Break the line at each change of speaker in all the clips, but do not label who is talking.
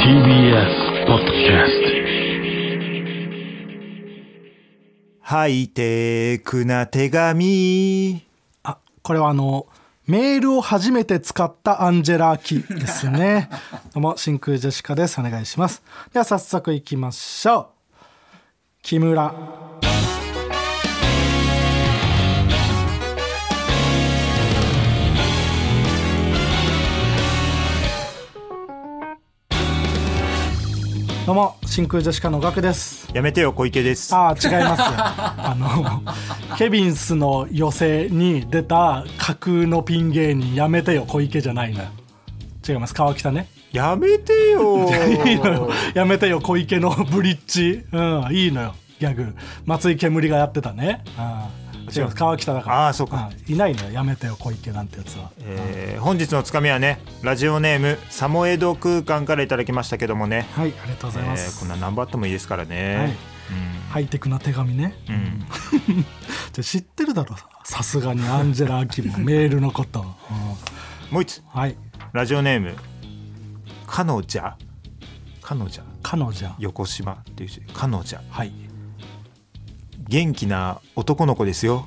TBS ポッドキャス
ハイテクな手紙。
あこれはあのメールを初めて使ったアンジェラーキですね どうも真空ジェシカですお願いしますでは早速いきましょう木村どうも真空ジェシカのガクです
やめてよ、小池です。
ああ違いますよあのケビンスの寄せに出た架空のピン芸人やめてよ小池じゃないな違います川北ね
やめてよ。
いいのよ やめてよ小池のブリッジうんいいのよギャグ松井煙がやってたね、うん、違います川北だから
あーそうか
んいないのよやめてよ小池なんてやつは
えー本日のつかみはね、ラジオネームサモエド空間からいただきましたけどもね。
はいありがとうご
え
ざいます、
ーこんな何番あってもいいですから
は
ね
い。ハイテクな手紙ね
うんうん
じゃ知ってるだろさすがにアンジェラ・アキもメールのこと、うん
もう一つ、
はい
ラジオネーム彼女彼女
彼女
横島っていう人彼女
はい
元気な男の子ですよ。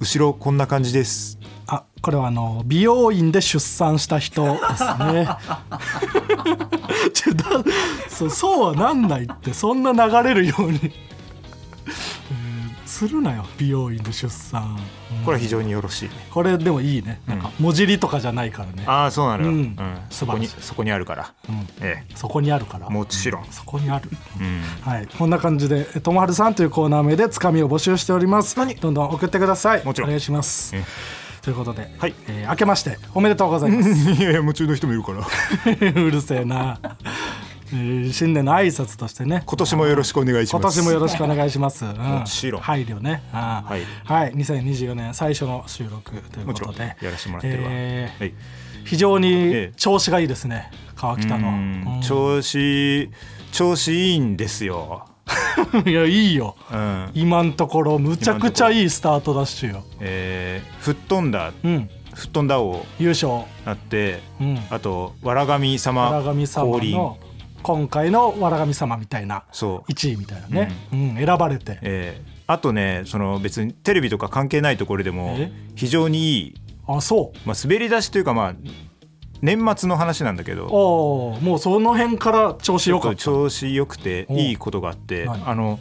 後ろこんな感じです。
あこれはあの美容院で出産した人ですね ちょだそそうはなんないってそんな流れるように、えーするなよ美容院で出産、うん
これは非常によろしいね。
これでもいいねなんか文字りとかじゃないからね、
ああそうなのよ、
う
うんんそ
素
こ
晴らしい
にそこにあるから、
うん
え
そこにあるから
え、もちろん、
そこにある、
うん、
はい、こんな感じで「えともはるさん」というコーナー名でつかみを募集しております
何
どんどん送ってください
もちろん
お願いします、
うん
ということで、
はい
えー明けましておめでとうございます
いやいや夢中の人もいるから
うるせえな、えー新年の挨拶としてね
今年もよろしくお願いし
今
ます
年もよろしくお願いします、うん、も
ちろん
配慮ね、うんは
はいい、
2024年最初の収録というこ
もちろ
と
ん
で
やらせてもらってるわ、
えー
はい
非常に
え
調子がいいですね川北の、
うん
う
調子調子いいんですよ、
ん いやいいよ
うん
今のところむちゃくちゃいいスタートダッシュよ、
えー吹っ飛んだ
うん、
吹っ飛んだを
優勝
なって、
うん
あとわらがみ様
わらがみ様
降臨
の今回のわらがみ様みたいな
そう
1位みたいなね、うん選ばれて
えーあとねその別にテレビとか関係ないところでも
え
非常にいい、
あそう
まあ、滑り出しというかまあ年末の話なんだけど
おおもうその辺から調子良かった
調子良くて
おう
いいことがあって
何
あの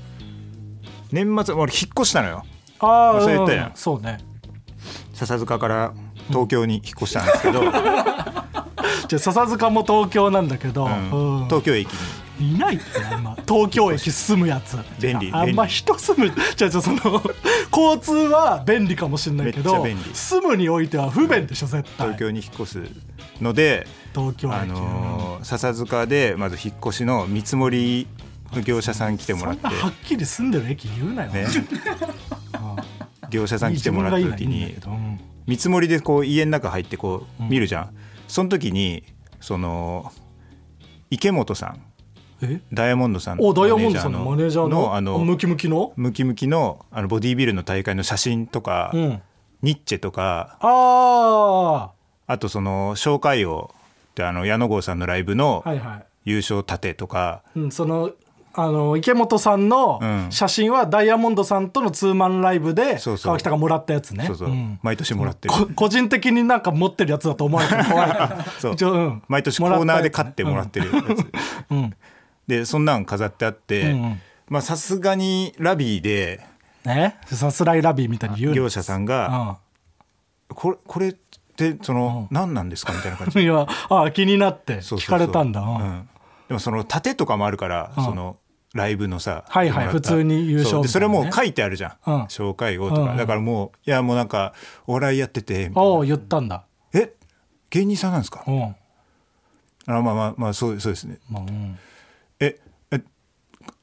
年末俺引っ越したのよ
あ
忘れてた
あ
やん
そうね
笹塚から東京に引っ越したんです けど、
じゃあ笹塚も東京なんだけど、
うん
うん
東京駅に
いないってあんま東京駅住むやつ
便利
あんま人住むじゃあじゃあその交通は便利かもしれないけど
めっちゃ便利
住むにおいては不便でしょ絶対
東京に引っ越すので、
東京駅、
あのー笹塚でまず引っ越しの見積もりの業者さん来てもらって
そんなはっきり住んでる駅言うなよ、
ね
あー
業者さん来てもらった時
いい
に
自分がいいのはいいんだけ
見積もりでこう家の中入ってこう
うん
見るじゃん、その時にその池本さん
どうんえ
ダイヤモンドさん
おダイヤモンドさんのマネージャーの
あの
ムキムキの、
ムキムキのあのボディービルの大会の写真とか、
うん、
ニッチェとか
あ
あとその紹介王ってあの矢野郷さんのライブの
あーはいはい
優勝盾とか、
うん、そのあの池本さんの
うん
写真はダイヤモンドさんとのツーマンライブで
そうそう
川北がもらったやつね
そうそう、
ん
毎年もらってる、
こ個人的になんか持ってるやつだと思われてる怖 いから
そう
一応うん
毎年コーナーで勝っても
も
ら
ら
っ
って
るやつ、
たやつね
でそんなん飾ってあって、
うんうん
まあさすがにラビーで
うんねさすらいラビーみたいに言うな
業者さんが「これこれってその、何なんですか?」みたいな感じ
うんいやああ気になって
そう
聞
そうそう
かれたんだうん
うんでもその盾とかもあるから、
うん
そのライブのさ
はいは
もら
い
った
普通に優勝
そうでそれ
みたい
も
なね
う書いてあるじゃん、
うん
紹介をとか、
うんうん
だからもういやもうなんかお笑いやっててみたいな
おう言ったんだ
え芸人さんなんですか、
うん
あまあまあまあそうそうですね
まあうん
ええ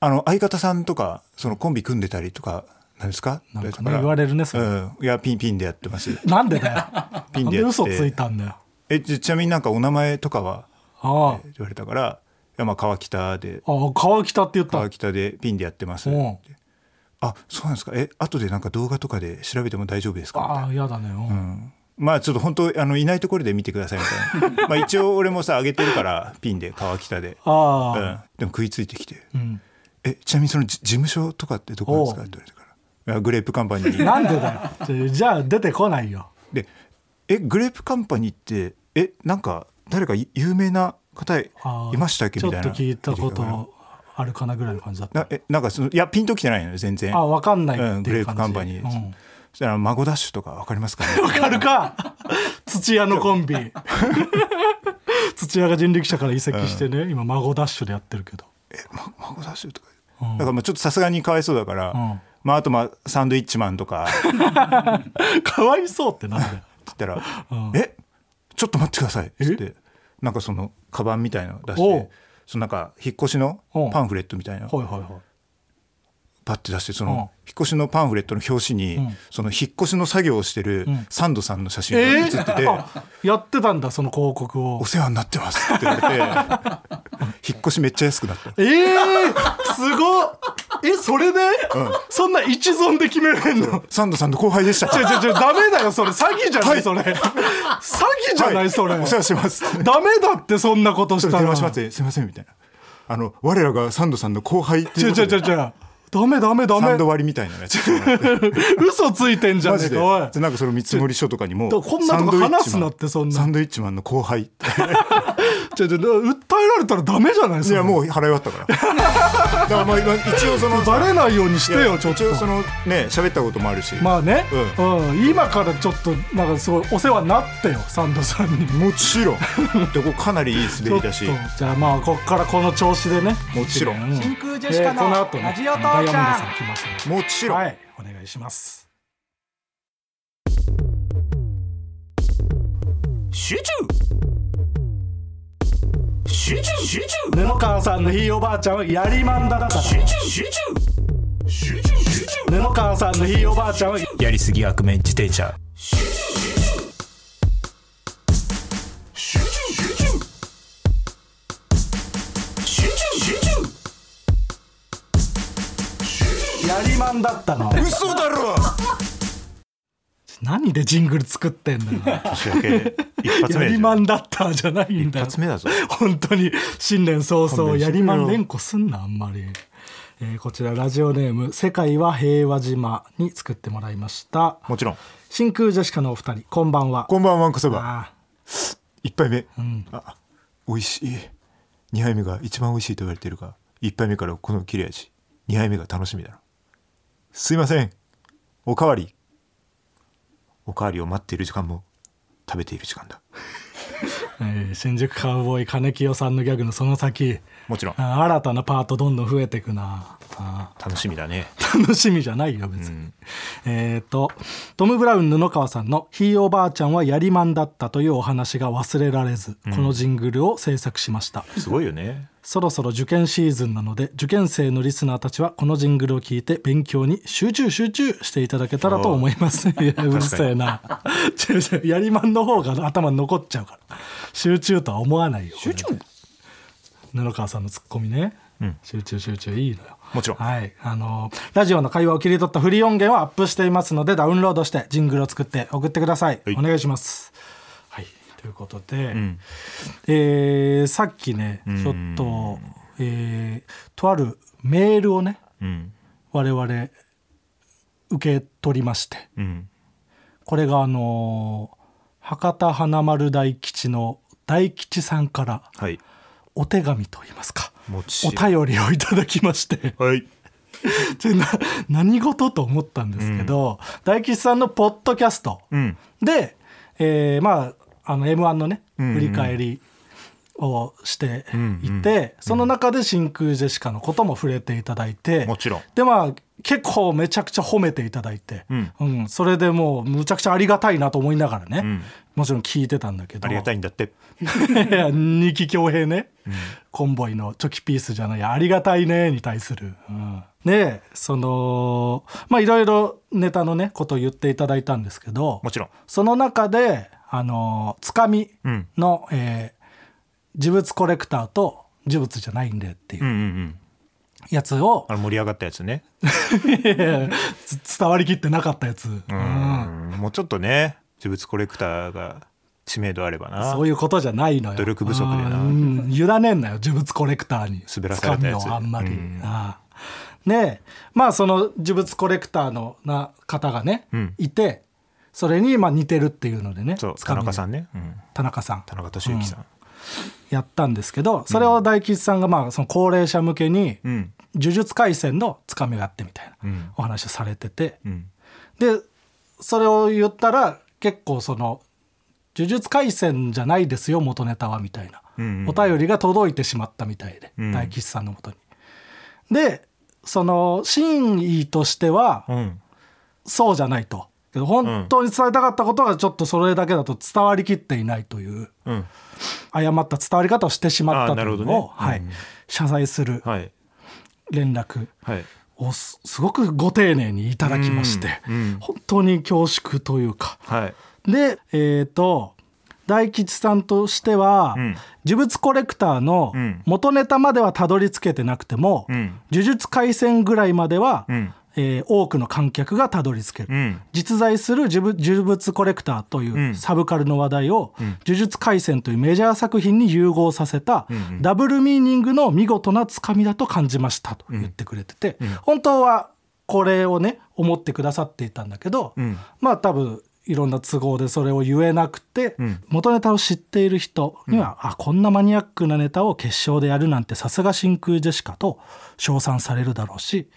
あの相方さんとかそのコンビ組んでたりとかなんですか
なんかね
だら
言われるねそれ
うん、いやピンピンでやってます
なんでだよ
ピン
なん
で
で
やって
嘘ついたんだよ
えじゃちなみになんかお名前とかは
あ
言われたからいやまあ川北で
あああ川北って言った
川北でピンでやってます
うん
あそうなんですかえ後でなんか動画とかで調べても大丈夫ですかみたい
あ
な
あ嫌だねうん
うんまあちょっと本当あのいないところで見てくださいみたい なまあ一応俺もさ上げてるからピンで川北で、うん、で
ああ、
も食いついてきて
うん
「えちなみにそのじ事務所とかってどこなんですか?」
おう
って言われたからいや「グレープカンパニー」
なんでだよじゃあ出てこないよ
で「えグレープカンパニーってえなんか誰かい有名な方い
あー
ましたっけ?」
ちょ
み
った
いな
と聞いたこ
聞いてから
とあるかなぐらいの感じだった
なえなんかそのいやピンときてないのよ全然
あわかんない
うん、
って
グレ
い
ー
う感
プ
じ
カンパニーです、
うん
そしたら「孫ダッシュ」とかわかりますかね
わかるか土屋の コンビ土屋が人力車から移籍してね、今孫ダッシュでやってるけど、
え、ま、孫ダッシュとか、
うん
だからまあちょっとさすがにかわいそうだから、
うん
まあ、あとまあサンドイッチマンとかって
かわいそうってなんだよ
言ったら「
うん
えちょっと待ってください」っ
え
つってなんかそのカバンみたいの出し
おう
てそのなんか引っ越しの
おう
パンフレットみたいな
はいはいはい
パッて出してそ
うん
の引っ越しのパンフレットの表紙に、
うん
その引っ越しの作業をしてる
ん
サンドさんの写真
え
が
え
写 ってて。
あやってたんだその広告を
お世話になってますって言われて引っ越しめっちゃ安くなった
ええすごっえそれで、そんな一存で決めれんの
サンドさんの後輩でした
違う違う違うダメだよそれ詐欺じゃない、
はい
それ詐欺じゃない、
はい
それ
お世話しますって
ダメだってそんなことしたら
電話しますってすいませんみたいなあの我らがサンドさんの後輩ってい
違う
うこと
違う
で
違う違うダメダメダ
サンド
メ
割りみたいなのやつしてもらって
嘘ついてんじゃ
マ
ねえ
ジで
かおい
でなんかその見積もり書とかにも
だこんなとこ話すなってそんな
サンドイッチマンの後輩って
ちょちょ訴えられたらダメじゃないそ
い
れ
やもう払い終わったからだからまあ今一応その
バレないようにして
い
よ
や
ちょっと
一応そのね喋ったこともあるし
まあね、
う
うん今からちょっとなんかすごいお世話になってよサンドさんに
もちろんでこれかなりいい滑りだし
ちょっとじゃあまあこっからこの調子でね
もちろん
う
真空ジェシ
で
カ
この
の
後ね
ラジオ父
ダイヤモンド
ちゃん
さん来ますね
もちろん、
はいお願いします
集中集中集中
布川さんのひいおばあちゃんはやりまんだだから
集中集中集中集中
布川さんのひいおばあちゃんは
やりすぎ悪面自転車
集中集中集中集中
やりまんだったの
嘘だろ
何でジングル作ってんのよ
年明け一発
や
目
り
一
まんだったじゃないんだよ
発目だぞ
本当に新年早
勘
々
弁して
や
くれ
り
よ
まん連呼すんなあんまり、えーこちらラジオネーム「世界は平和島」に作ってもらいました
もちろん
真空ジェシカのお二人こんばんは
こんばんはわんこそば
あ
一杯目、あ美味しい二杯目が一番美味しいと言われてるが一杯目からこの切れ味二杯目が楽しみだなすいませんおかわりおかわりを待っている時間も食べている時間だ
ーえー新宿カウボーイ金清さんのギャグのその先
もちろん
あー新たなパートどんどん増えてくなあー
楽しみだね
楽しみじゃないよ別に、えっ、とトム・ブラウン布川さんの「ひいおばあちゃんはやりまんだった」というお話が忘れられず、このジングルを制作しました
すごいよね
そろそろ受験シーズンなので受験生のリスナーたちはこのジングルを聞いて勉強に集中集中していただけたらと思いますいやうるせえな違う違うやりまんの方が頭に残っちゃうから集中とは思わないよ集中布川さんのツッコミね、集中集中いいのよ
もちろん
はいあのーラジオの会話を切り取ったフリー音源をアップしていますのでダウンロードしてジングルを作って送ってください、
はい
お願いしますはいということで、
ん
えーさっきね
ん
ちょっと、えーとあるメールをね
うん
我々受け取りまして
うん
これがあのー博多華丸大吉の大吉さんから
はい
お手紙といいますか
もち
お便りをいただきまして
はい
ちょな何事と思ったんですけど、大吉さんのポッドキャスト
うん
で、えーまああの m 1のね
うんうん
振り返りをしていて、
うん
その中で真空ジェシカのことも触れていただいて、
もちろん
でまあ結構めちゃくちゃ褒めていただいて、
うん
それでもうむちゃくちゃありがたいなと思いながらね、
ん
もちろん聞いてたんだけど
ありがたいんだって
いや 二木恭平ね、コンボイのチョキピースじゃないありがたいねに対する、うん、でそのまあいろいろネタのねことを言っていただいたんですけど
もちろん
その中であのつかみ
うん
の、えー呪物コレクターと呪物じゃないんでってい
うん
う
うんうん
やつを、
あの盛り上がったやつね
いやいやつ伝わりきってなかったやつ、うん
うんもうちょっとね呪物コレクターが知名度あればな
そういうことじゃないのよ
努力不足でな
うん、委ねんなよ呪物コレクターに
滑らされたやつ
掴みをあんま
う
り、
ん
ああねえまあその呪物コレクターのな方がね、
うん
いてそれにまあ似てるっていうのでね
そう
掴
田
みを
中さんね、うん、
田中さん
田中俊之さん、
やったんですけどそれを大吉さんがまあその高齢者向けに
う
呪
ん
術廻戦のつかみをやってみたい
うん
なお話をされてて
うん
でそれを言ったら結構その「呪術廻戦じゃないですよ元ネタは」みたいな
うんうん
お便りが届いてしまったみたいで
うん
大吉さんのもとに。でその真意としては
うん
そうじゃないと。けど本当に伝えたかったことがちょっとそれだけだと伝わりきっていないという。
うん
誤った伝わり方をしてしまった
あーなるほ
とい
ど
う
ね
のを、はい
うん
謝罪する
はい
連絡
はい
をすすごくご丁寧にいただきまして、
うんうん
本当に恐縮というか
はい
でえっ、と大吉さんとしては、
うん
呪物コレクターの
うん
元ネタまではたどり着けてなくても、
うん
呪術廻戦ぐらいまでは、
うん
えー多くの観客がたどり着ける、
うん
実在する呪物呪物コレクターと
う
い
ん
うサブカルの話題を「呪術廻戦」というメジャー作品に融合させたダブルミーニングの見事なつかみだと感じましたと言ってくれてて本当はこれをね思ってくださっていたんだけど
うん
まあ多分いろんな都合でそれを言えなくて
うん
元ネタを知っている人にはあこんなマニアックなネタを決勝でやるなんてさすが真空ジェシカと称賛されるだろうし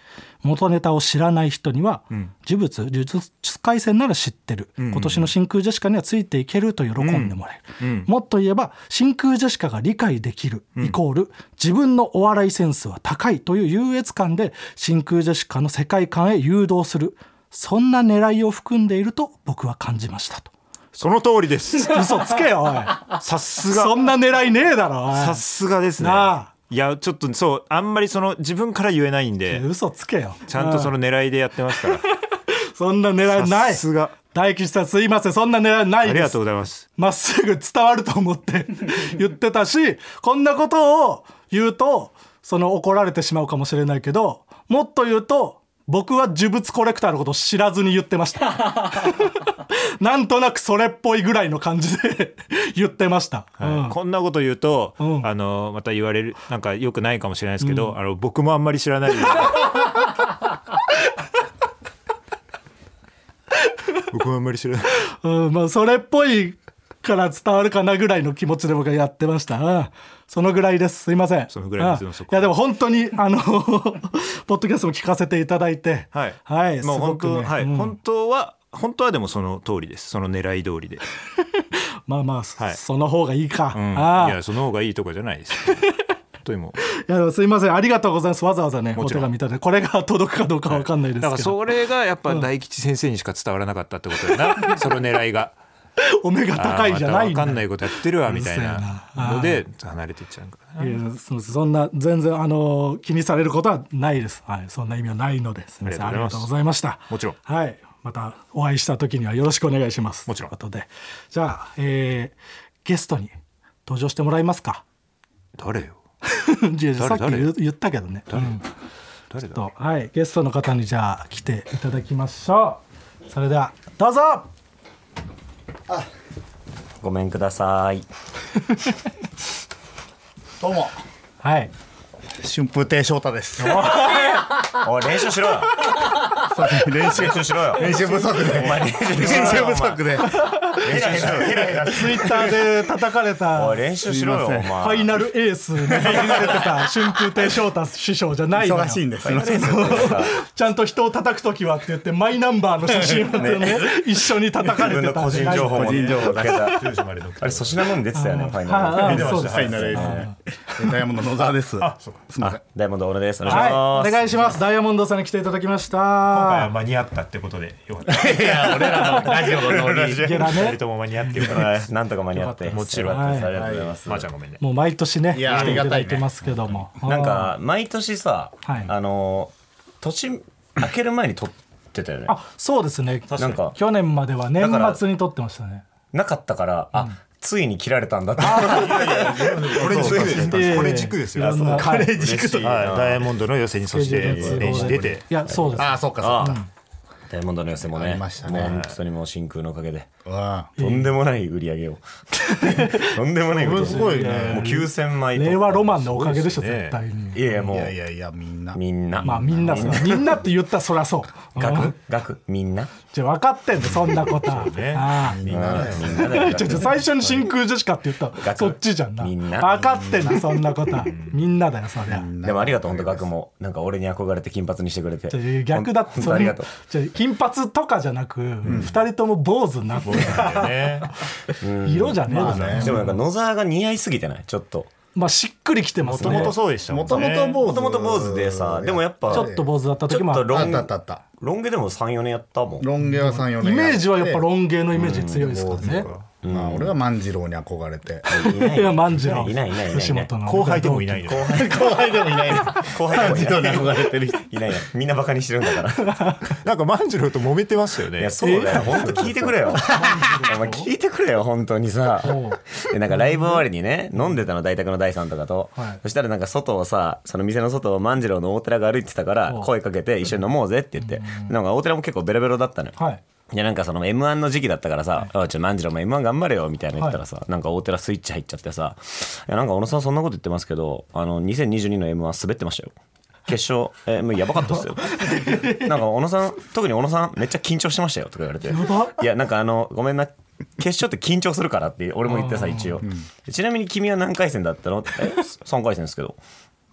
元ネタを知らない人には
ん
呪物呪術廻戦なら知ってる
んうん
今年の真空ジェシカにはついていけると喜んでもらえる、
うん
もっと言えば真空ジェシカが理解できる、イコール自分のお笑いセンスは高いという優越感で真空ジェシカの世界観へ誘導するそんな狙いを含んでいると僕は感じましたと
その通りです
嘘つけよおい
さすが
そんな狙いねえだろおい
さすがですね
なあ
いやちょっとそうあんまりその自分から言えないんで
嘘つけよ
ちゃんとそ
の
の狙いでやってますから
そんな狙い な
さ
い
すが
大吉さんすいませんそんな狙いない
あ
です
りがとうございます
まっすぐ伝わると思って 言ってたしこんなことを言うとその怒られてしまうかもしれないけどもっと言うと僕は呪物コレクターのことを知らずに言ってました なんとなくそれっぽいぐらいの感じで 言ってました、うん
こんなこと言うと、
うん
あのまた言われるなんかよくないかもしれないですけど、あの僕もあんまり知ら ないです僕もあんまり知らない
うん、まあそれっぽいから伝わるかなぐらいの気持ちで僕はやってました。うんそのぐらいです。すいません。
そのぐらいです
うん
そこ
いやでも本当にあの ポッドキャストも聞かせていただいて、
はい、
はい、
もう
すご
本
く
当、
ね
はい、
うん
本当は本当はでもその通りですその狙い通りで、
まあまあそ,、
はい
の方がいいか。
うん、い
ああ
やその方がいいとかじゃないです 本当にもう
いやでもすいませんありがとうございますわざわざね
も
お
ち
手
ろん
紙いただいてこれが届くかどうかわかんないで
だか
す
ら
けど、
それがやっぱ大吉先生にしか伝わらなかったってことだ な、その狙いが
お目が高いじゃな
あーまた
い
分かんないことやってるわみたい
うん
な
そうやな
ので離れていっちゃうからない
やそうですそんな全然あの気にされることはないです。はい、そんな意味はないのです。すみません
あ
あ
り
り
が
が
と
と
うご
うご
ざ
ざいました。
もちろん
はい、またお会いした時にはよろしくお願いします。
もちろん
ということで、じゃあ、えーゲストに登場してもらいますか。
誰よ
いやいやさっき
誰
言言ったけどね。うん
誰だ
とはい、ゲストの方にじゃあ来ていただきましょう。それではどうぞ。
ごめんください。
どうも
はい。
春風亭昇太です
おい練習しろよ。練 習しろよ。
練習不足で
お前練習
練
しろ
習
よ。
不足で
練習しろよ。
ツイッターで叩かれ
お
た
い。練習しろよ。お
すい
前
ません。
ファイナルエースに入られてた春風亭昇太師匠じゃないのよ
忙しいんです
ちゃんと人を叩くときはって言ってマイナンバーの写真を ね一緒に叩かれ
自分
て
の
た
個人情報もね
個人情報
だけだ。
10時までの
あれ粗品のに出てたよね。ファイナル
は
で。
い
見てま
そう
し
で
た
す
ファイナルですねダイヤモンド野沢ですあそうすみません
ダイヤモンド俺です。お願い
は
しま
い、
す。
お願いしますダイヤモンドさんに来ていただきました
今回は間に合ったってことでよかった。
いや俺らのラジオのノリ
ゲラ
二人
ね
とも間に合ってるから。
はい。なんとか間に合って。
もちろん
よかったですありがとうございます。
まーちゃんごめんね。
もう毎年ね
いや
来ていただいてますけども、
なんか毎年さ、
はい
あの年明ける前に撮ってたよね。
あそうですね
なんか
去年までは年
だから
末に撮ってましたね
なかったから、あついに切られたんだって。
これ軸
ええ
これ軸ですよ。
いろんな
これ
嬉しいな
はい、ダイヤモンドの予選にそし
スケ
て
ジュールの都合で
練習出て
いやそうです
あそうかそうか
ダイヤモンドの寄せも
あ
ね
りました
も
ね
う本当にもう真空のおかげで
わ
とんでもない売り上 げをとんでもない売り上げ
すごいね
もう9000枚とか
令和ロマンのおかげでしょ
すごいすね
絶対に
いやいやも
あ
う
いやいやいやみんな
みんな
まあみんなそうみんなって言ったらそりゃそう うん
額額みんな
じゃあ分かってんだよそんなことはああ
みんなみんなだ よ
ちょちょ最初に真空ジェシカって言ったら
額
そっちじゃんな
みんな
分かってんだそんなことはみんなだよそりゃ
でもありがとう本当額もなんか俺に憧れて金髪にしてくれて
じゃあ逆だって
本当ありがとう
じゃあ金髪とかじゃなく二人とも坊主になって
ね
色じゃねえだろ
でもなんか野沢が似合いすぎてないちょっと
まあしっくりきてま
も
す
と
ね
もとそうでしたもん
も
ね
ともと坊主
もともと坊主でさでもやっぱ
ちょっと坊主だった
ち
時
ょ
もあ
っと
った
ロ
あっ
ン
たあったあった
ロン毛でも34年やったもん
ロン毛は34年
イメージはやっぱロ
ン
ン毛のイメージ強いですからね
まあ俺は万次郎に憧れて
いない
いや万次郎
いないいないいない
吉本の
後輩でもいない
同
の
期
よ
後輩でもいない
後輩でもいない
憧れてる人
いないいないみんなバカにしてるんだから
なんか万次郎と揉めてましたよ
い
ね
やそうだよ本当聞いてくれよお前聞いてくれよ本当にさ
おう
でなんかライブ終わりにね飲んでたの大宅の大さんとかと、
はい
そしたらなんか外をさその店の外を万次郎の大寺が歩いてたから
おう
声かけて一緒に飲もうぜって言ってなんか大寺も結構ベロベロだったのよ、
はい
いやなんかその m 1の時期だったからさ「おいちょ万次郎も m 1頑張れよ」みたいな言ったらさ、なんか大寺スイッチ入っちゃってさ「いやなんか小野さんそんなこと言ってますけどあの2022の m 1滑ってましたよ」決勝、えもうやばかったっすよ。 なんか、小野さん、特に小野さん、めっちゃ緊張してましたよとか言われて。いや、なんか、あの、ごめんな、決勝って緊張するからって、俺も言ってさ、一応、ちなみに君は何回戦だったのって、え3回戦ですけど。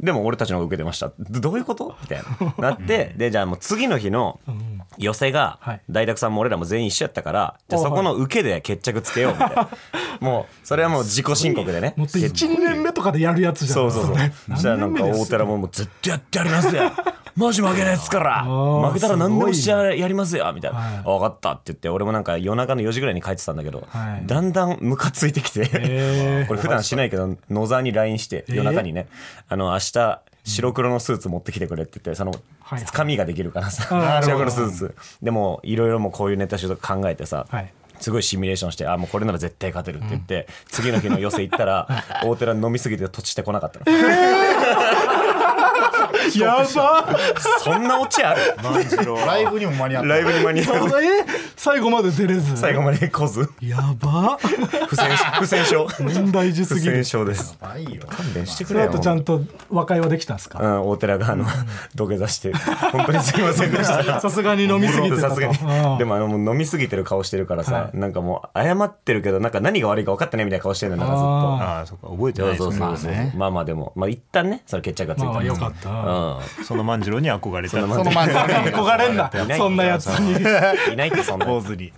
でも俺たちの方が受けてましたどどういうことみたいななってでじゃあもう次の日の寄せが
はい
大学さんも俺らも全員一緒やったからじゃあ
あ
そこの受けで決着つけようみた いなもうそれはもう自己申告でね
もっと1年目とかでやるやつじゃん
そうそうそうじゃあなんか大寺ももう絶対やってやりますよマジ負けないです から
ー
負けたら何でもしてやりますよみたいな
はい
あ分かったって言って俺もなんか夜中の4時ぐらいに帰ってたんだけど
はい
だんだんムカついてき
へ
て
ー
これ普段しないけど野沢に LINE して夜中にねあの明日白黒のスーツ持ってきてくれって言ってその
はい
つかみができるからさ
あー
白黒のスーツでもいろいろもうこういうネタ集とか考えてさ
はい
すごいシミュレーションしてあもうこれなら絶対勝てるって言って、次の日の寄せ行っ たら大寺飲みすぎて土地してこなかったの、
やば
そんなオチある
万次郎
ライブにも間に合った
ライブに間に合 う
え最後まで出れず
最後まで来ず
やば
不戦 不戦勝
問題児す
不
ぎる
戦勝です
ないよ
勘弁してく
その
れよ
後ちゃんと和解はできたんです
う
か
ん、大寺があの、土下座して本当にすいませんでし た
さすがに飲みすぎてた
さ
と
すがに
うん
でもあのもう飲みすぎてる顔してるからさ、
はい
なんかもう謝ってるけどなんか何が悪いか分かってないみたいな顔してるのよなんかずっと
あ
ああそっか覚えて
そ
な
う
いで
そう
す
そ
ね
うそう、まあまあでもまあ一旦ねその決着がついた、
まあまあよかった
その万次郎に憧れた
うん、
その万次郎に
憧 れんない
ない
そんなやつに
いないってそんな
坊主に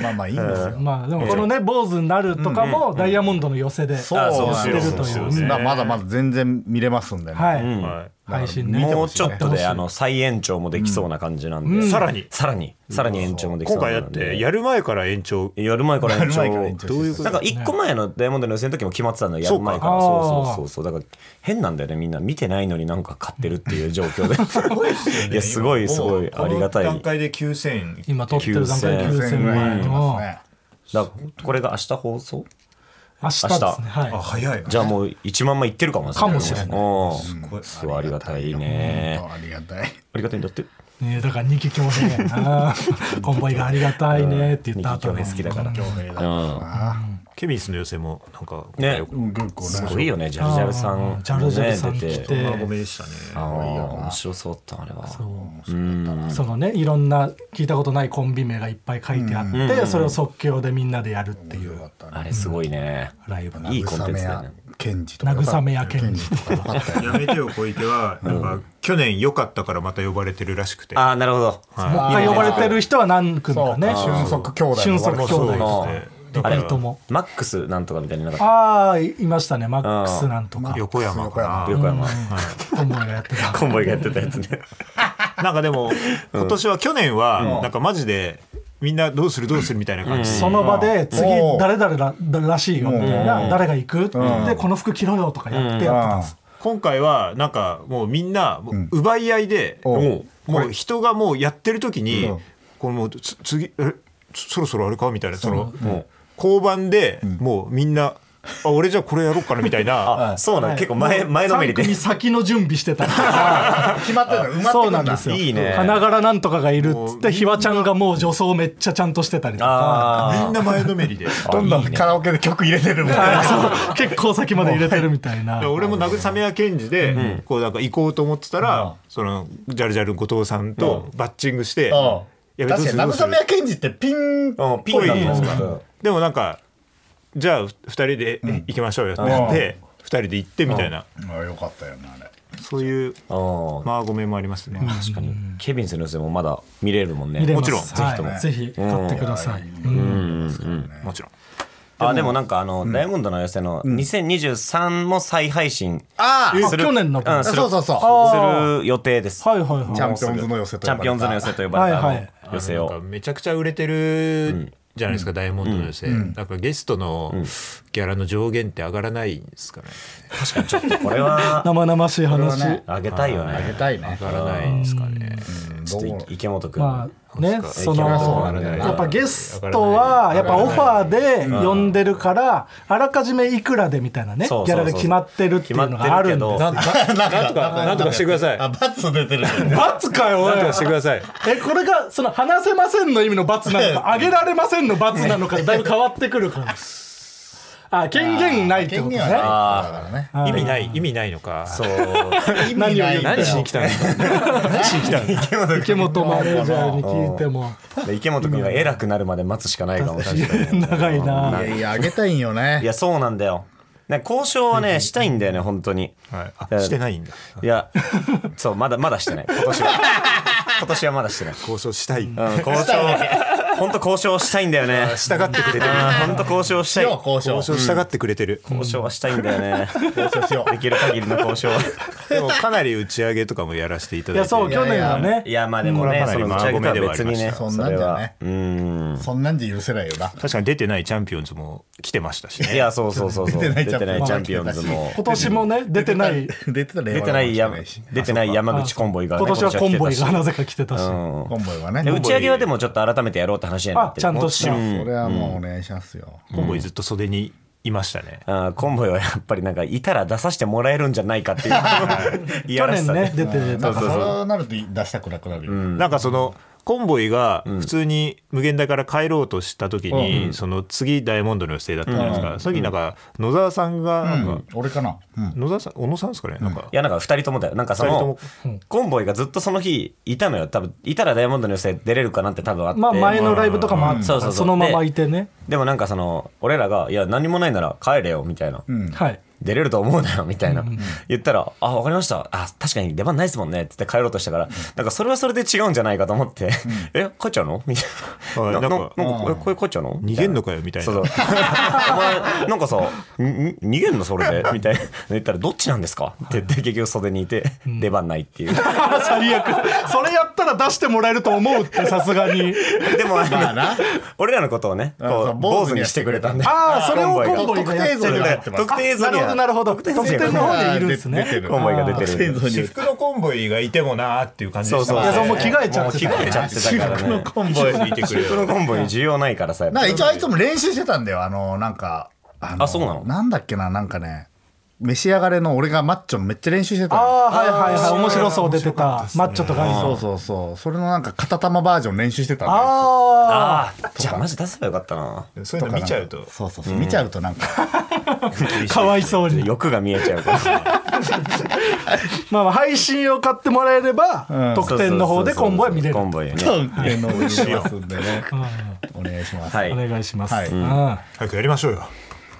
まあまあいいんですよ
まあでもこのね坊主になるとかもダイヤモンドの寄せで
あ
そう
なんん
で
です
よ
すよだからまだまだ全然見れますんでね
はい
は
配信ね
もうちょっとであの再延長もできそうな感じなんで、
いさらに
さらにさらに延長もで
で
きそ
今
う
回だ
なの
って
で
やる前から延長
やる前から延長
やる前から延長
どういうこと
なんか一個前のダイヤモンドの予選の時も決まってたんだよやる前から
そうか
そうそうそうそうだから変なんだよねみんな見てないのになんか買ってるっていう状況で いやすごいすごいありがたい
段階で9000
今撮ってる段階で
9000
9000
1000ぐらいや
万
って
円
ま
の
すね
だからこれが明日放送
明日ですねはい
あ早いな
じゃあもう1万枚いってるかもしれない
かもしれない
うん
ごい
すごいありがたいね
本当ありがたい
ありがたいんだって
ねえだから人気きもしねえ なコンボイがありがたいねって言った後
人気
の
好きだから
恭平だったな
ケビンスの寄せもなんか
ね
よく
うん結構ね
すごいよねジャルジャルさ
あー
ん
ジャルジャルさん
ね出
来て
まあごめんでしたね
あー面白そうだったあれは
そのねいろんな聞いたことないコンビ名がいっぱい書いてあってそれを即興でみんなでやるっていう
よかったね
あれすごいね
ライブの
いいコンテンツだよね
ケンジとか
慰めやけん
ジとかよかったよ
やめてよこいてはなんか去年良かったからまた呼ばれてるらしくて
ああなるほど
もう一回呼ばれてる人は何組かね
そう俊足兄弟
俊足兄
そう
弟
ですね
二人とも
マックスなんとかみたいになかった
ああいましたねマックスなんとか
横山
横
か
山
横山
コンボイがやってた
コンボイがやってたやつね
ななんかでも今年は去年はなんかマジでみんなどうするどうするみたいな感じ
その場で次
うん
誰々ららしいよみたいな誰が行くって言って
うん
この服着ろよとかやってやってたんです
今回はなんかもうみんなもう奪い合いで、
おう
もうもう人がもうやってる時に、
うん
このもうつ次えそそろそろあれかみたいなその、
も
交番でもうみんなあ俺じゃあこれやろうかなみたい な
あそうなん、
はい
結構前前のめりで
3組先の準備してた
決まってた埋まって
そう
た
なんん
だ
ですよ
いいね
花柄なんとかがいるっつってひわちゃんがもう女装めっちゃちゃんとしてたりとか
あ
みんな前のめりで
あ
どんど
いい
ん
ね
カラオケで曲入れてるみたいな
そう 結構先まで入れてるみたいな
で俺も慰め屋検事で、こうなんか行こうと思ってたら、そのジャルジャル後藤さんとバッチングして、
うん
いや
確かに
どうす
慰
る
め屋健二ってピン
あピンクだったんですか
でもなんかじゃあ2人で行きましょうよってなって、2人で行ってみたいな、
あよかったよなあれ
そういう
あー
まあごめんもありますね、
確かにケビン先生もまだ見れるもんね
見れます
もちろん
はい
ぜひとも
ぜひ買ってください、
もちろん
あでもなんかあの、ダイヤモンドの寄せの2023も再配信
あ
あ去年の
うん
あそうそうそ
する予定です、
はいはいはい
チャンピオンズの寄せと
チャンピオンズの寄せと呼ばれた
はいは
あの
い
寄せを、
なんかめちゃくちゃ売れてるじゃないですか、ダイヤモンドの寄せ、なんかゲストのギャラの上限って上がらないんですかね
これは
生々しい話、
あげたいよね
あげたいね
上がらないんですかね、
ちょっとい池本君、
まあね
そうっすか
そ
いやそう
の
なんだよな
やっぱゲストはやっぱオファーで呼んでるからあらかじめいくらでみたいなねギ
そうそうそう
ャラが決まってるっていうのがあるんで
決ま
す
って
なんとかなんとかしてください
あ罰出てる
罰かよお
な
い
んとかしてください
えこれがその話せませんの意味の罰なのかあげられませんの罰なのかだいぶ変わってくるからあ権限ないってこ
権
とね
限はないだからね
意味ない意味ないのか
そう
意味ないんだよ
何しに来たの
池本マネージャーに聞いても
で池本君が偉くなるまで待つしかないかも確かに
長い
い
な
やいやあげたいんよね
いやそうなんだよね交渉はねしたいんだよね本当に、
はいあしてないんだ
いやそうまだまだしてない今年は今年はまだしてない
交渉したい、
うん、交渉、本当交渉したいんだよね。
従ってくれてる
本当交渉したい。
よう交渉
交渉したがってくれてる、
交渉はしたいんだよね。
交渉しよ
できる限りの交渉は。
でもかなり打ち上げとかもやらせていた
い
だい
や
て
そう去年はね
いや、まあでも
これ
ね、
はか
そ
なり
の打ち上げとは別にね、
まあ
ご
そ
めん
れ
ではありま
は
し。た
うーん。
うそんなんじゃ許せないよ な
確かに出てないチャンピオンズも来てましたしね
いや、そうそうそうそう。出
出てない
てないチャンピオンズも。
今年もね出てない
出てた
出てない山、出てない山口コンボイがね。
今年はコンボイが
今
なぜか来てたし
年は
コン
来てたし。
ボイはね
うん。で打
そ
ち上げはでもちょっと改めてやろうって話になっ
あ
て
ちゃん
る。
とした
れはもうお願いしますよ
コンボイずっと袖にいましたね、
あーコンボイはやっぱりなんかいたら出させてもらえるんじゃないかっ ていういや
去
ら
年
しさで
ね出て
な
た
んかそうなると出したくなくなるよ
なんかそのコンボイが普通に無限大から帰ろうとした時に、その次ダイヤモンドの予定だったじゃないですか、その時なんか野沢さんがなんか、
俺かなうん
野沢さん小野さんですかねなんか、
いやなんか2人ともだよなんかそ
二人とも
のコンボイがずっとその日いたのよ多分いたらダイヤモンドの寄せ出れるかなって多分あって、
まあ前のライブとかもあった
そう
か
そう
ら
そう
そのままいてね
でもなんかその俺らが「いや何もないなら帰れよ」みたいな、
はい
出れると思うなよ」みたいな、言ったら「あ分かりましたあ確かに出番ないですもんね」っつって帰ろうとしたから、なんかそれはそれで違うんじゃないかと思って「え帰っちゃうの?」みたいな
あ
「
な
な
ん
な
か
んかえこれ帰っちゃうの?」
逃げんのかよみたいな
そうそうお前なんかさんん逃げんのそれでみたいな言ったら「どっちなんですか?」って言って結局袖にいて出番ないっていう。
最悪それやったら出してもらえると思うってさすがに
でも、あの
まあな
俺らのことをね、
あそ
こ
う
う、
坊
坊
主
主
に
にしてくれたんで。
ああそれをコンボイが
特
や
定
っ
像
て
に
る
は入ってます
特定ゾーンには
なるほどなるほど
特定ゾーンに
特定の
は
方にいるんですね
出てる
コンボイが出て
特定
る。
像に
私服のコンボイがいてもなーっていう感じで
そう
した
そう。
もん
い
ね
やそうもう着替えちゃって
もう着替えちゃってたから
私服の
ね。
コンボイ
いてくれ
私服のコンボに需要ないからさ。やっ
なん
ぱ
か一応あいつも練習してたんだよあのなんかあ
あそうなの
なんだっけななんかね召し上がれの俺がマッチョのめっちゃ練習してた
あ
の
あはいはいはい面白そう出てたマッチョとかに
そうそうそうそれのなんか片玉バージョン練習してたんだよ
ああ
ああ、じゃあマジ出せばよかったな。
そういうの見ちゃうと
そうそうそう見ちゃうとなんか
かわいそうに
欲が 見えちゃうから。
まあまあ配信を買ってもらえれば特典の方でコンボは見れる
コンボイね。
上の上にしますんでねお願いします
は
お
い。
願いします
はい
うん
早くやりましょうよ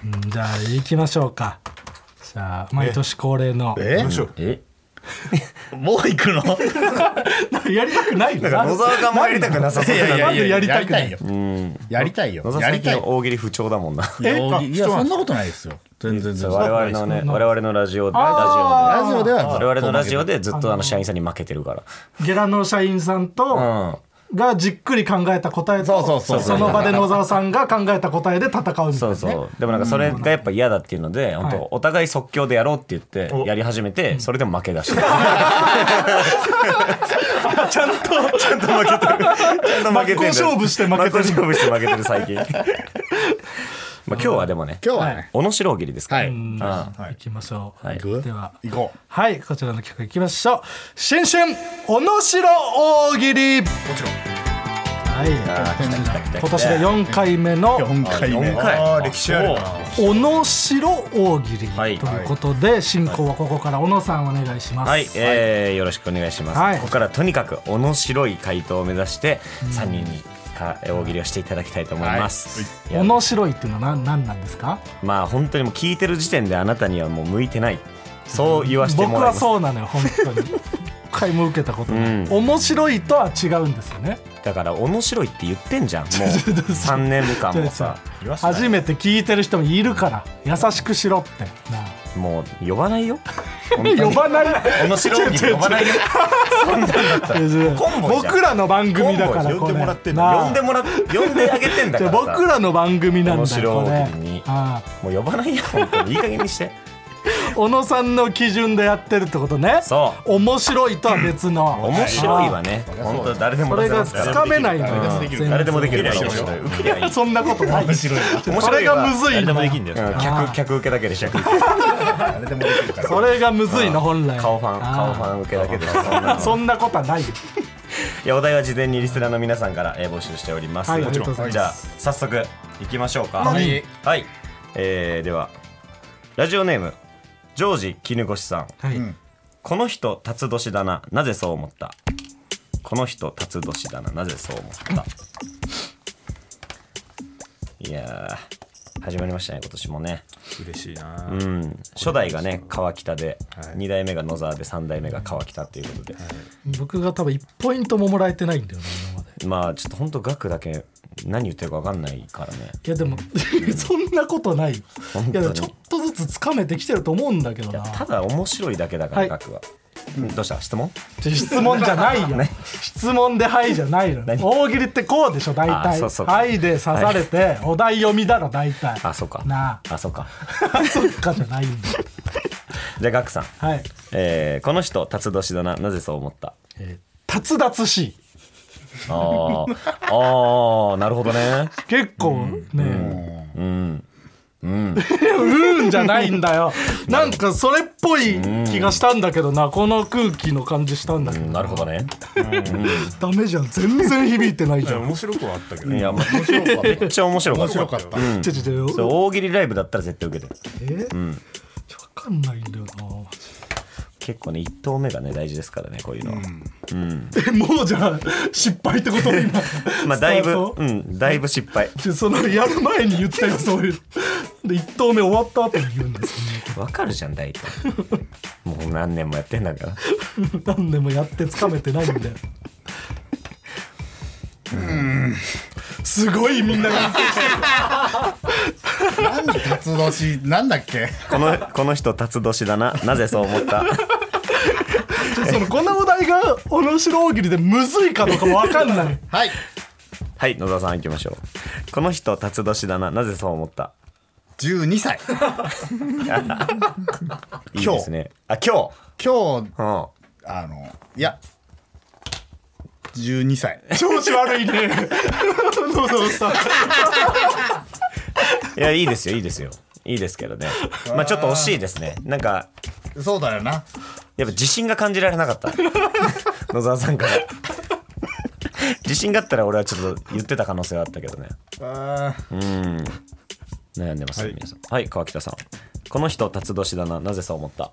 うんじゃあ行きましょうかじゃあ毎年恒例の
え
やりましょう
え
もう行くの
やりたく ない
だから野沢がもやりたくなさそうだ
いや
な。
なんでやりたくな
や
い
りたいよやりたいよ
野沢
や
最
りたい
近大喜利不調だもんな。
いや
え
大喜利いや
あそうな
そ
ん
んなことないですよ全然全然
我々のね、我々のラジオで、ラ
ラジオでは
ジオで。我々のラジオでずっとあの社員さんに負けてるから。
ゲラの社員さん
う
と
ん。
がじっくり考えた答え
そうそう
と
そう
その場で野沢さんが考えた答えで戦うみたいなね
そうそう、でもなんかそれがやっぱ嫌だっていうので、本当お互い即興でやろうって言ってやり始めて、それでも負けだしたちゃんとちゃんと負けてるちゃんと負けて
真っ
る
向勝負して負けてる
真っ向勝負して負けてる最近まあ、今日はでもね
今日はね、
小野城切りですか
は
ら、
い。
あ
行きましょう、
はい
行く
では
行こう。
はいこちらの曲いきましょう新春小野城大喜利
もちろん。
はい
た
今年で4回目の
四回目。
四回
ああ歴史あるな
小野城大喜利と
はい
いうことで進行はここから小野さんお願いします
はい、えーよろしくお願いします、
はい
ここからとにかく面白い回答を目指して3人にか大喜利をしていただきたいと思います、いや
小野城いっていうのは何何なんですか
まあ本当にもう聞いてる時点であなたにはもう向いてないそう言わせて
僕
もらい
は
ます
そうなのよ本当に 一回も受けたことない、
うん
面白いとは違うんですよね
だから面白いって言ってんじゃんも う3年間もさ
初めて聞いてる人もいるから優しくしろってなあ
もう呼ばないよ
呼ばない
面白いって呼ばないよそんなんだったらコンボじゃん
僕らの番組だから
コンボ呼んで
これ
もらってんの
なあ
呼んでもらっ呼んであげてんだ
じ
か
ゃあ
らさ
僕らの番組なん
面
だよこ
白
れ
いに
ああ
もう呼ばないよ本当にいい加減にして
小野さんの基準でやってるってことね
そう
面白いとは別の
面白いはね本当誰で
こ
も
れ
出せま
が
す
つ
から
かめないのよ
誰でもできる
全然
誰でもできるから
面
面
白い
白い受けりゃいい
そんなことない
面白いな。
面
そ
白
れ
いわ
がむずいの
うん客客受けだけ でしょ
誰でもできるから。
それがむずいの本来
顔ファン
ああ
顔ファン受けだけでそんなの
そんなことはないよ
いやお題は事前にリスナーの皆さんからえー募集しております、
はいありがとうございます
じゃあ早速いきましょうか
はい
はいえーではラジオネームジョージ絹越さん
はい、
この人辰年だななぜそう思ったこの人辰年だななぜそう思ったいやー始まりましたね今年もね
嬉しいな
うん初代がね川北で、二2代目が野沢で3代目が川北っていうことで、
僕が多分1ポイントももらえてないんだよね今まで
まあちょっとほんと額だけ何言ってるか分かんないからね
いやでも そんなことないよ
本
いやで
当
も
に
ちょっとずつつかめてきてると思うんだけど
いや
な
ただ面白いだけだか
は
ら
い
額は、どうした質問
質問じゃない よ質問で「はい」じゃないの
何
大喜利ってこうでしょ大
あ
体
そ
「
うそう
はい」で刺されてお題読みだろ大体
あそうか
な
あそうか
あそっかじゃないんだよ
じゃあガクさん、
はい
えーこの人辰年だななぜそう思った
えー「達達しい
あーあーなるほどね」
結構ね
うん
「うーん」じゃないんだよ なんかそれっぽい気がしたんだけどなこの空気の感じしたんだけど
なるほどね
ダメじゃん全然響いてないじゃん
面白くはあったけど
い
ね
やまあめっちゃ面白か
面
った
白かった。
ちょちょちょ
それ大喜利ライブだったら絶対受けてる
えーちょわかんないんだよな
結構ね一投目がね大事ですからねこういうのは、
えもうじゃあ失敗ってこと 今
まあだい
スタ
ぶ
ート
うんだいぶ失敗
でそのやる前に言ったよそういうで1投目終わった後に言うんですよね
わかるじゃん大体もう何年もやってんだから
何年もやってつかめてないんだよすごいみんなが
何辰年なんだっけ？
このこの人辰年だななぜそう思 った
そのこのお題が小野城大喜利でむずいかどうかわかん ない
はい。
はい野沢さん行きましょうこの人辰年だななぜそう思った
十二歳。
い
今日
いですねあ今
今日
日う
あのいや十二歳。
調子悪いね野沢さん
んいやいいですよいいですよいいですけどねまあちょっと惜しいですねなんか
そうだよな。
やっぱ自信が感じられなかった 野沢さんから自信があったら俺はちょっと言ってた可能性はあったけどね
あー
悩んでますよ、皆さんはい川北さんこの人辰年だななぜそう思った
あ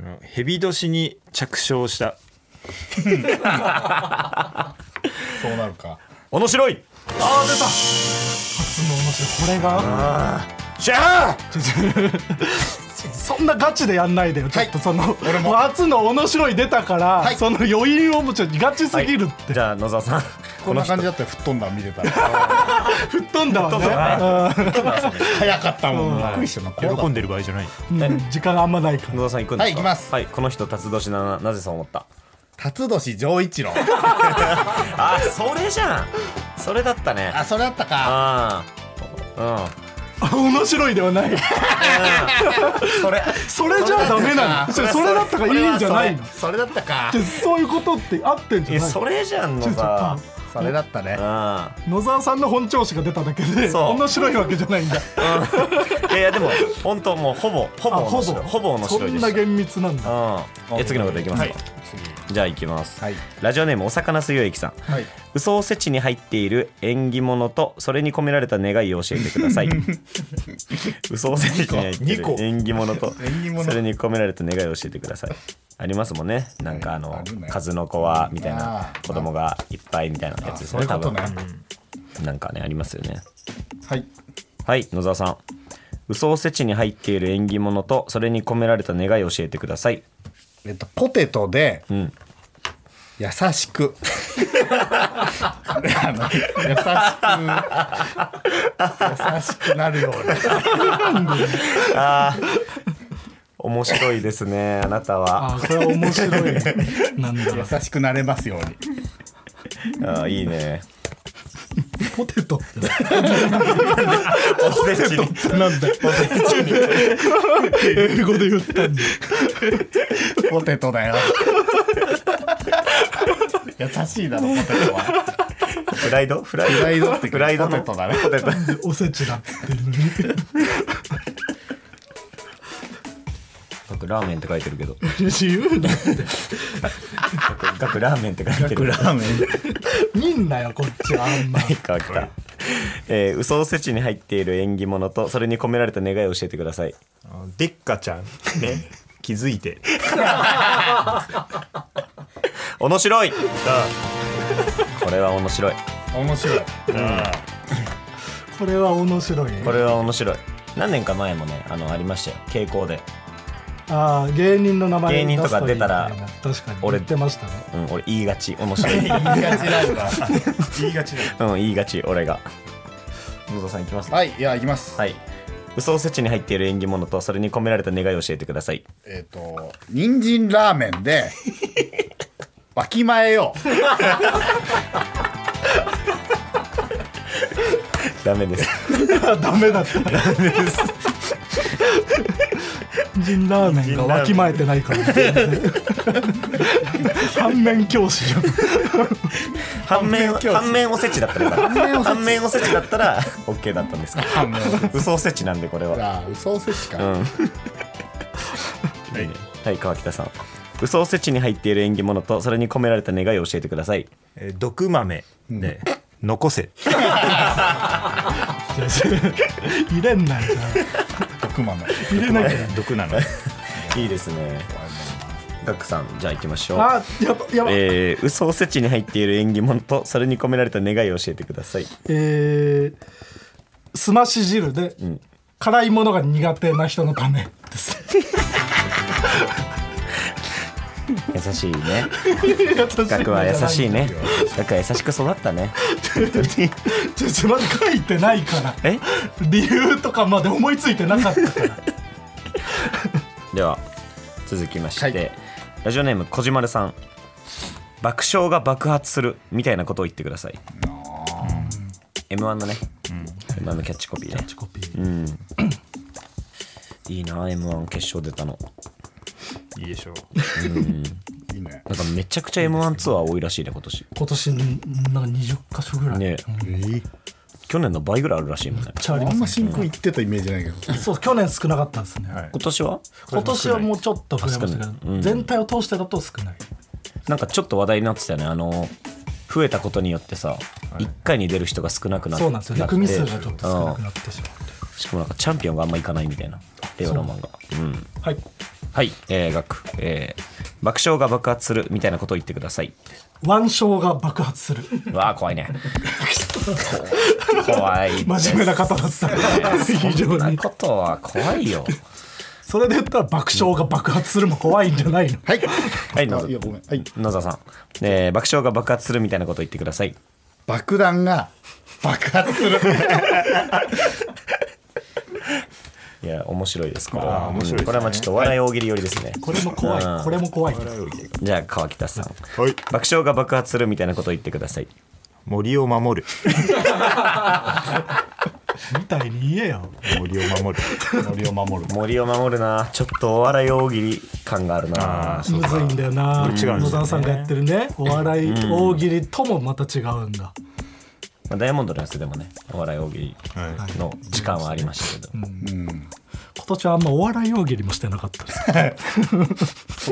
のヘビ年に着床した
そうなるか。
面白い
初の面白いこれが
じゃあ
そんなガチでやんないでよちょっとその、
俺も
う初の面白い出たから、
はい
その余韻をもうちょっとガチすぎるって、
じゃあ野沢さん
こんな感じだったら吹っ飛んだ見てたら
吹っ飛んだわね
早かったもん。びっくりしたな。こうだ
喜んでる場合じゃない
うん時間あんまないか
野
ら
沢さん行くんですか
はい行きます
はいこの人辰年だななぜそう思った
辰年丈一郎。
あそれじゃんそれだったね
あそれだったか。
ああ
面白いではない
うんそれ
それじゃダメなのそれそれだったらいいんじゃないの
それだったか
で。そういうことって合ってんじ
え
ゃない
それじゃんの
ちょっと
さ
それだったね
あ
野沢さんの本調子が出ただけで
そう
面白いわけじゃないんだ
あいやいやでも本当もうほぼほぼ
あ
面白いほぼ面白い
そ
で
ん
した
な厳密なんだ
うんえ次のこといきますか、じゃあいきます、
はい
ラジオネームお魚水溶液さん
はい
嘘おせちに入っている縁起物とそれに込められた願いを教えてください 嘘おせちに入ってい
二個
る縁起物と
縁起物
それに込められた願いを教えてくださいありますもんねなんかあの
あるね
数の子はみたいな
あー
子供がいっぱいみたいなやつです
そう
ね
いうこ
多
と
分
ね
なんかねありますよね
はい
はい野沢さん嘘おせちに入っている縁起物とそれに込められた願いを教えてください
えっとポテトで
ん
優しくあの優しく優しくなるように
面白いですねあなたは
あこれは面白いなんだ
優しくなれますように
あーいいね
ポテトって
おせちに
なんだよ英語で言ったんだ
ポテトだよ優しいだろポテトは
フライドフライド
フライドって
フライドの
ポテトだね
ポテト
おせちだっつってるのに
学ラーメンって書いてるけど
自由な
学ラーメンって書いて
ラ
る
ーメン
見んなよこっちはあんま
はい乾きたえー、嘘おせちに入っている縁起物とそれに込められた願いを教えてください
あでっかちゃんね気づいて
面白いこれは面白い
面白い
これは面白いね
これは面白い何年か前もねあのありましたよ傾向で、
ああ芸人の名前
芸人とか出たら
出すといいみいな確かに
俺
俺言ってましたね
うん、俺言いがち面白い、
言いがちなんだ
言いがちだよ
うん、言いがち俺が野田さんいきます
はいいやいきます、
はい嘘おせちに入っている縁起物とそれに込められた願いを教えてください
えっ、と人参ラーメン でわきまえよう
ダメです
あダメだった。ダメです。ジンラーメンがわきまえてないから。反面教師じゃん。
反面
教師
反面おせちだったらよか
反面
った
おせち
反面おせちだったら OK だったんですけど
反面おせ
嘘おせちなんでこれは
ああ嘘おせちか、
はい川北さん嘘おせちに入っている縁起物とそれに込められた願いを教えてください
えー毒豆で残せ
入れんないじゃ
毒豆
ん。入れなきゃ。
毒なの
いいですねガクさんじゃあ行きましょう
あ、やば、やば。え
えー、 嘘おせちに入っている縁起物とそれに込められた願いを教えてください
ーすまし汁で、辛いものが苦手な人のためです。
優しい ね
ガ
学は優しい。 ね学は優しく育ったね
ちょ、ちょ、まだ書いてないから。
え
理由とかまで思いついてなかったから。
では続きまして、
はい
ラジオネームこじまるさん爆笑が爆発するみたいなことを言ってください m 1のね、M1 のキャッチコピーね
コピー。
いいな m 1決勝出たの
いいでしょう
いいね
なんかめちゃくちゃ m 1ツアー多いらしいね今年
今年なんか20箇所ぐらい、
ね
うんめっ
去年の倍ぐらいあるらしいもんね
ちゃあり
あ
ま
ん
す
ま進行行ってたイメージないけど
そう去年少なかったですね、
はい
今年は
今年はもうちょっと増えましたけど、全体を通してだと少ない
なんかちょっと話題になってたよねあの増えたことによってさ、一1回に出る人が少なくなって
そうなんですよね組数がちょっと少なくなってしまって
しかもなんかチャンピオンがあんまいかないみたいな令和ロマンがうん
はい
はい、えー、学、えー、爆笑が爆発するみたいなことを言ってください。
腕章が爆発する
うわあ、怖いね。怖い。
真面目な方だった非
そん
常
な
に
ことは怖いよ。
それで言ったら爆笑が爆発するも怖いんじゃないの
はい
はい、野
あいやごめんはい
野沢さん、えー、爆笑が爆発するみたいなことを言ってください。
爆弾が爆発する
いや、面白いです。これ
あ
は、
ー面白いですね
うんこれはまあちょっと笑い大喜利寄りですね。
これも怖
うん
いこれも怖い
じゃあ、川北さん、
はい
爆笑が爆発するみたいなことを言ってください。
森を守る
みたいに言えよ
森を守る森を守る
森を守るなちょっとお笑い大喜利感があるな
むずいんだよな
違うんですよね
野沢さんがやってるねお笑い大喜利ともまた違うんだ
まあダイヤモンドのやつでもねお笑い大喜利の時間はありましたけど、
今年はあんまお笑い大喜利もしてなかったです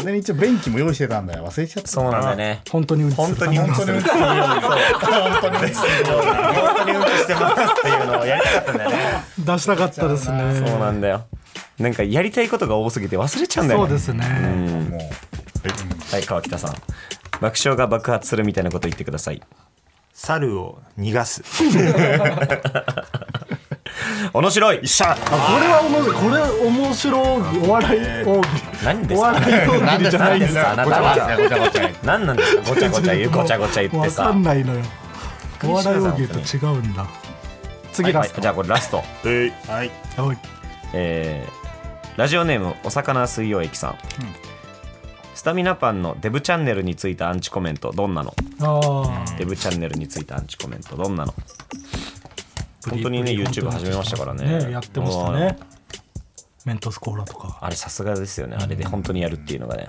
それに一応便器も用意してたんだよ忘れちゃった
そうなんだよね
本当にうんちす
本
る
当に本当に本当にうんこしてますっていうのをやりたかったんだよね
出したかったですね
そうなんだよなんかやりたいことが多すぎて忘れちゃうんだよ
そ
ね
うですね
もう
はい川北さん爆笑が爆発するみたいなこと言ってください
猿を逃がす
面白い
シャー
これは面白いこれ面白いお笑い大喜
何
利
で
お
すか
笑い大喜利じゃない
何
んで
で
すす
かあなたは
ごちゃごちゃ
何なんですかごちゃごちゃ言 うごちゃごちゃ言って
わ
さ
かんないのよお
りした
笑い
な
大喜利と違うんだ次ラス
はいはいじゃあこれラスト
えいはい
トおい
えーラジオネームお魚水溶液さん、スタミナパンのデブチャンネルについたアンチコメントどんなの
あ
デブチャンネルについたアンチコメントどんなの本当にね
ブリブリ
YouTube 始めましたから
あ
ね
ねやってました
もう
ねメントスコーラとか
あれさすがですよねあれで本当にやるっていうのがね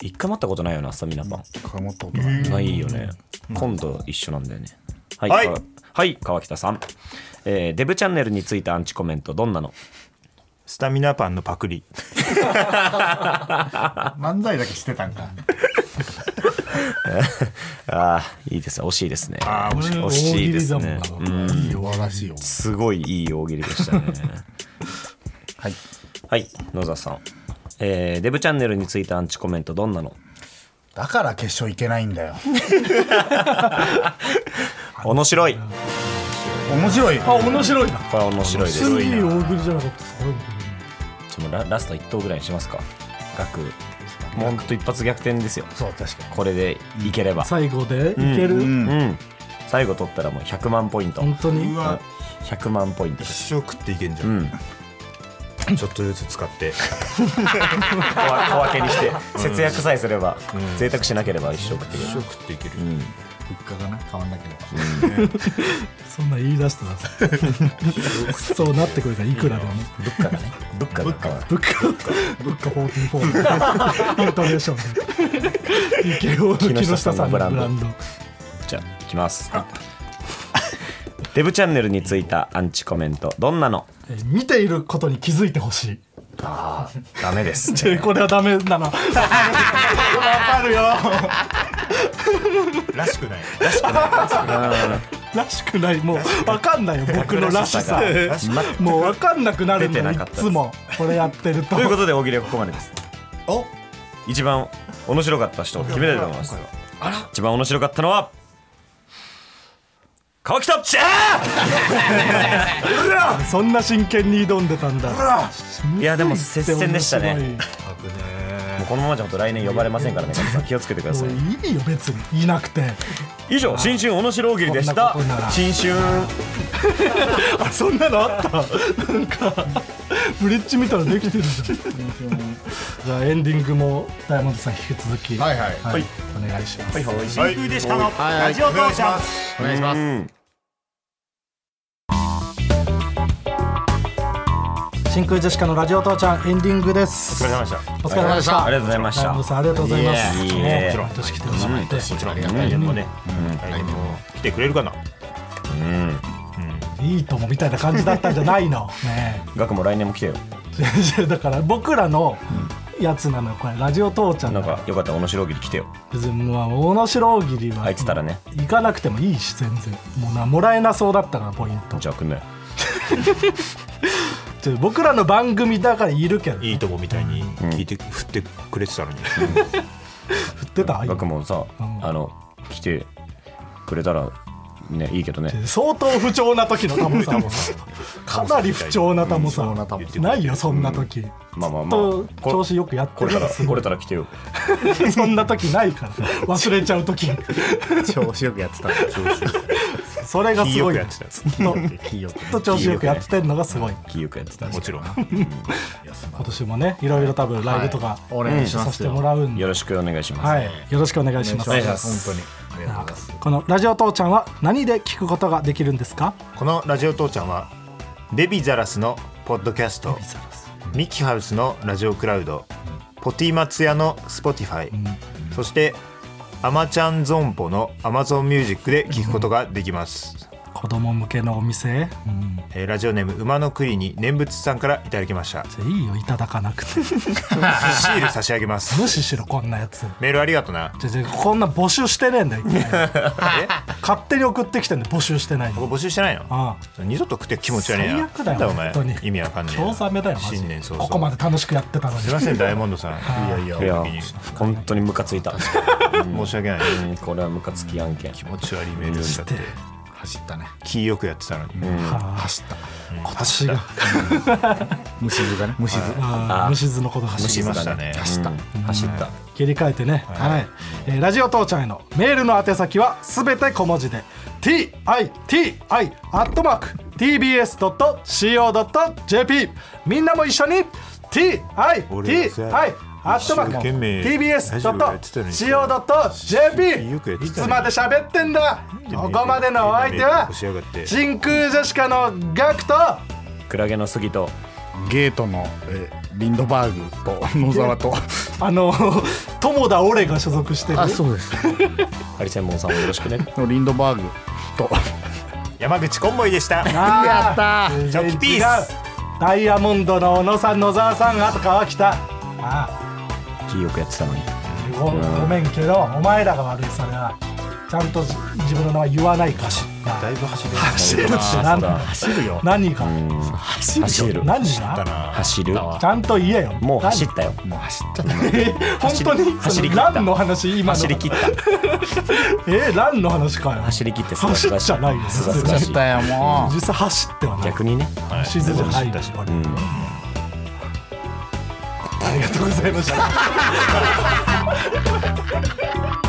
一回も会ったことないよなスタミナパン
これ持ったことない
ないよね、今度一緒なんだよねはい、
はい
かはい、川北さん、えーデブチャンネルについたアンチコメントどんなの
スタミナパンのパクリ
漫才だけしてたんか
あーいいですね惜しいですね
あ
これ
惜
大
しい
喜
で
利
す
だも
ね
んな
素晴らしいよ
すごいいい大喜利でしたね
はい
はい野沢さん、えーデブチャンネルについたアンチコメントどんなの
だから決勝いけないんだよ
面白い
面白い
あ面白いな
これは面白いですす
げえ大喜利じゃなかったですごい
ちょっとララスト1投ぐらいにしますか額もうほんと一発逆転ですよ
そう確かに
これでいければ
最後でいける、
うん最後取ったらもう100万ポイント
本当に
うわ
100万ポイントです
一生食っていけんじゃ、
うんん
ちょっとずつ使 って
小分小分けにして節約さえすれば贅沢しなければ一生食っていけ
一
る
生食っていける、
物価がな変わんなければ
そんなん言い出したら そうなってくるからいくらでも
物価がね物価が変わる
物価物価44イントネーションで TKO の木下さんのブランド
木下さんのブじゃあいきます デブチャンネルについたアンチコメントどんなの
えー見ていることに気づいてほしい
ダ メです
ちょこれはダメだな
らしくない
らしくないもう分かんないよ僕のらし さ
らしさが
もう分かんなくなるん
出て
だ
な
よい
かったです
つもこれやってると
ということで大喜利はここまでです
お
一番面白かった人を決めたいと思います一番面白かったのは川北ちゃ
そんな真剣に挑んでたんだ
いやでも接戦でしたね
ね
んこのままじゃ本当来年呼ばれませんからね皆さん気をつけてくだ
面
さ
白
い
いもういいよ別にいなくて
以上新春面白大喜利でした
こんなことなら
新春
あそんなのあったなんかブリッジみたいなのできてるじゃんじゃあエンディングもダイヤモンドさん引き続き
はいはい
はいお願いします
真空でしかのラジオ父ちゃん
お願いします
真空ジェシカのラジオ父ちゃんエンディングですお疲れ様でしたお疲れ様でした
ありがとうございまし
ダイヤ
た
モンドさんありがとうございます
いえいえ
ねもちろん毎年来てもらって
もちろんありがたい
で
よ
もね、来年も来てくれるかな
いいともみたいな感じだったんじゃないのね
ガクも来年も来てよ
えだから僕らのやつなのよこれラジオ父ちゃん
な
だ
ん
から
かよかったら面白大喜利来てよ
別にまあ面白大喜利は
あいつたらね
行かなくてもいいし全然もうなもらえなそうだったからポイント
じゃあ来んなよ
ちょ僕らの番組だからいるけど
いいとこみたいに聞いて、振ってくれてたのに、
振ってた
ガクもさ
ん
あの来てくれたらねいいけどね
相当不調な時のタモさんかなり不調なタモさんないよそんな時、
まあまあまあ
と調子よくやって
これ
る
か
からら
これたら来てよ
そんな時ないから忘れちゃう時
調子よくやってた
それが
いい
す
よ
ご
く
い
やってたよ
ずっと
気よく
ずっと調子よくやってるのがすごい
気よくやってた
もちろん
今年もねいろいろ多分ライブとか
お願いしま
させ
す
て
よ
もらうんで、
よろしくお願いします、
はい、よろしくお願いします
お願いし
し
ま
ますす
本当にありがとうございます
この「ラジオ父ちゃん」は何で聞くことができるんですか
このラジオ父ちゃんは
レビザラスのポッドキャストミキハウスのラジオクラウドポティマツヤのスポティファイ、そしてアマちゃんゾンポのアマゾンミュージックで聞くことができます、
子供向けのお店、うん
えーラジオネーム馬の栗に念仏さんからいただきました
じゃあいいよいただかなくて
シール差し上げま す
無視しろこんなやつ
メールありがとな
じゃあじゃあこんな募集してねえんだよ一 回勝手に送ってきてんで募集してないの
ここ募集してないの
あ
二度と食って気持ち悪いな
最悪だよ
んお前
本当に
意味わかんねえな
興ざめだよマジ
新
で
年早々
ここまで楽しくやってたのに
すいませんダイヤモンドさんいやいや
いや
お気に
本当にムカついた、
申し訳ない
うんこれはムカつき案件
気持ち悪いメールだっ
してて
走ったね
気よくやってたのに、
走った
今年が
虫図がね虫図
あー虫図のことが
知
走
り
り
ましたね
走った
走った
切り替えてねはい、えーラジオ父ちゃんへのメールの宛先はすべて小文字で TITI アットマーク TBS.CO.JP みんなも一緒に TITI ア
俺さ
ットマー
一生
ク
懸命
TBS.CO.JP い
よくやってたね
つまで喋ってんだここまでのお相手は
腰上がって
真空ジェシカのガクと
クラゲの杉と
ゲートのえーリンドバーグと野沢と
あの友田オレが所属してる
そうです
ハリセンボンさんもよろしくね
のリンドバーグと
山口コンボイでした
や
った
ー
チョキピース
違うダイヤモンドの小野さん野沢さんあと川北ああ
気よくやってたのに
ごごめんけどお前らが悪いそれはちゃんとじ自分の名前言わないから
だいぶ走る
走るって何だ
走るよ
何が
走
走る
何が
走る
ちゃんと言えよ
もう走ったよ
もう走った
え本当に
走り切
そ
った
のランの話今の
走り切った
えランの話かよ
走り切ってすが
走
す
っ
が
ち
しい
ゃないよ
すがすがしい
だよも
実際走ってはない
逆にね
走るじゃないよあれありがとうございました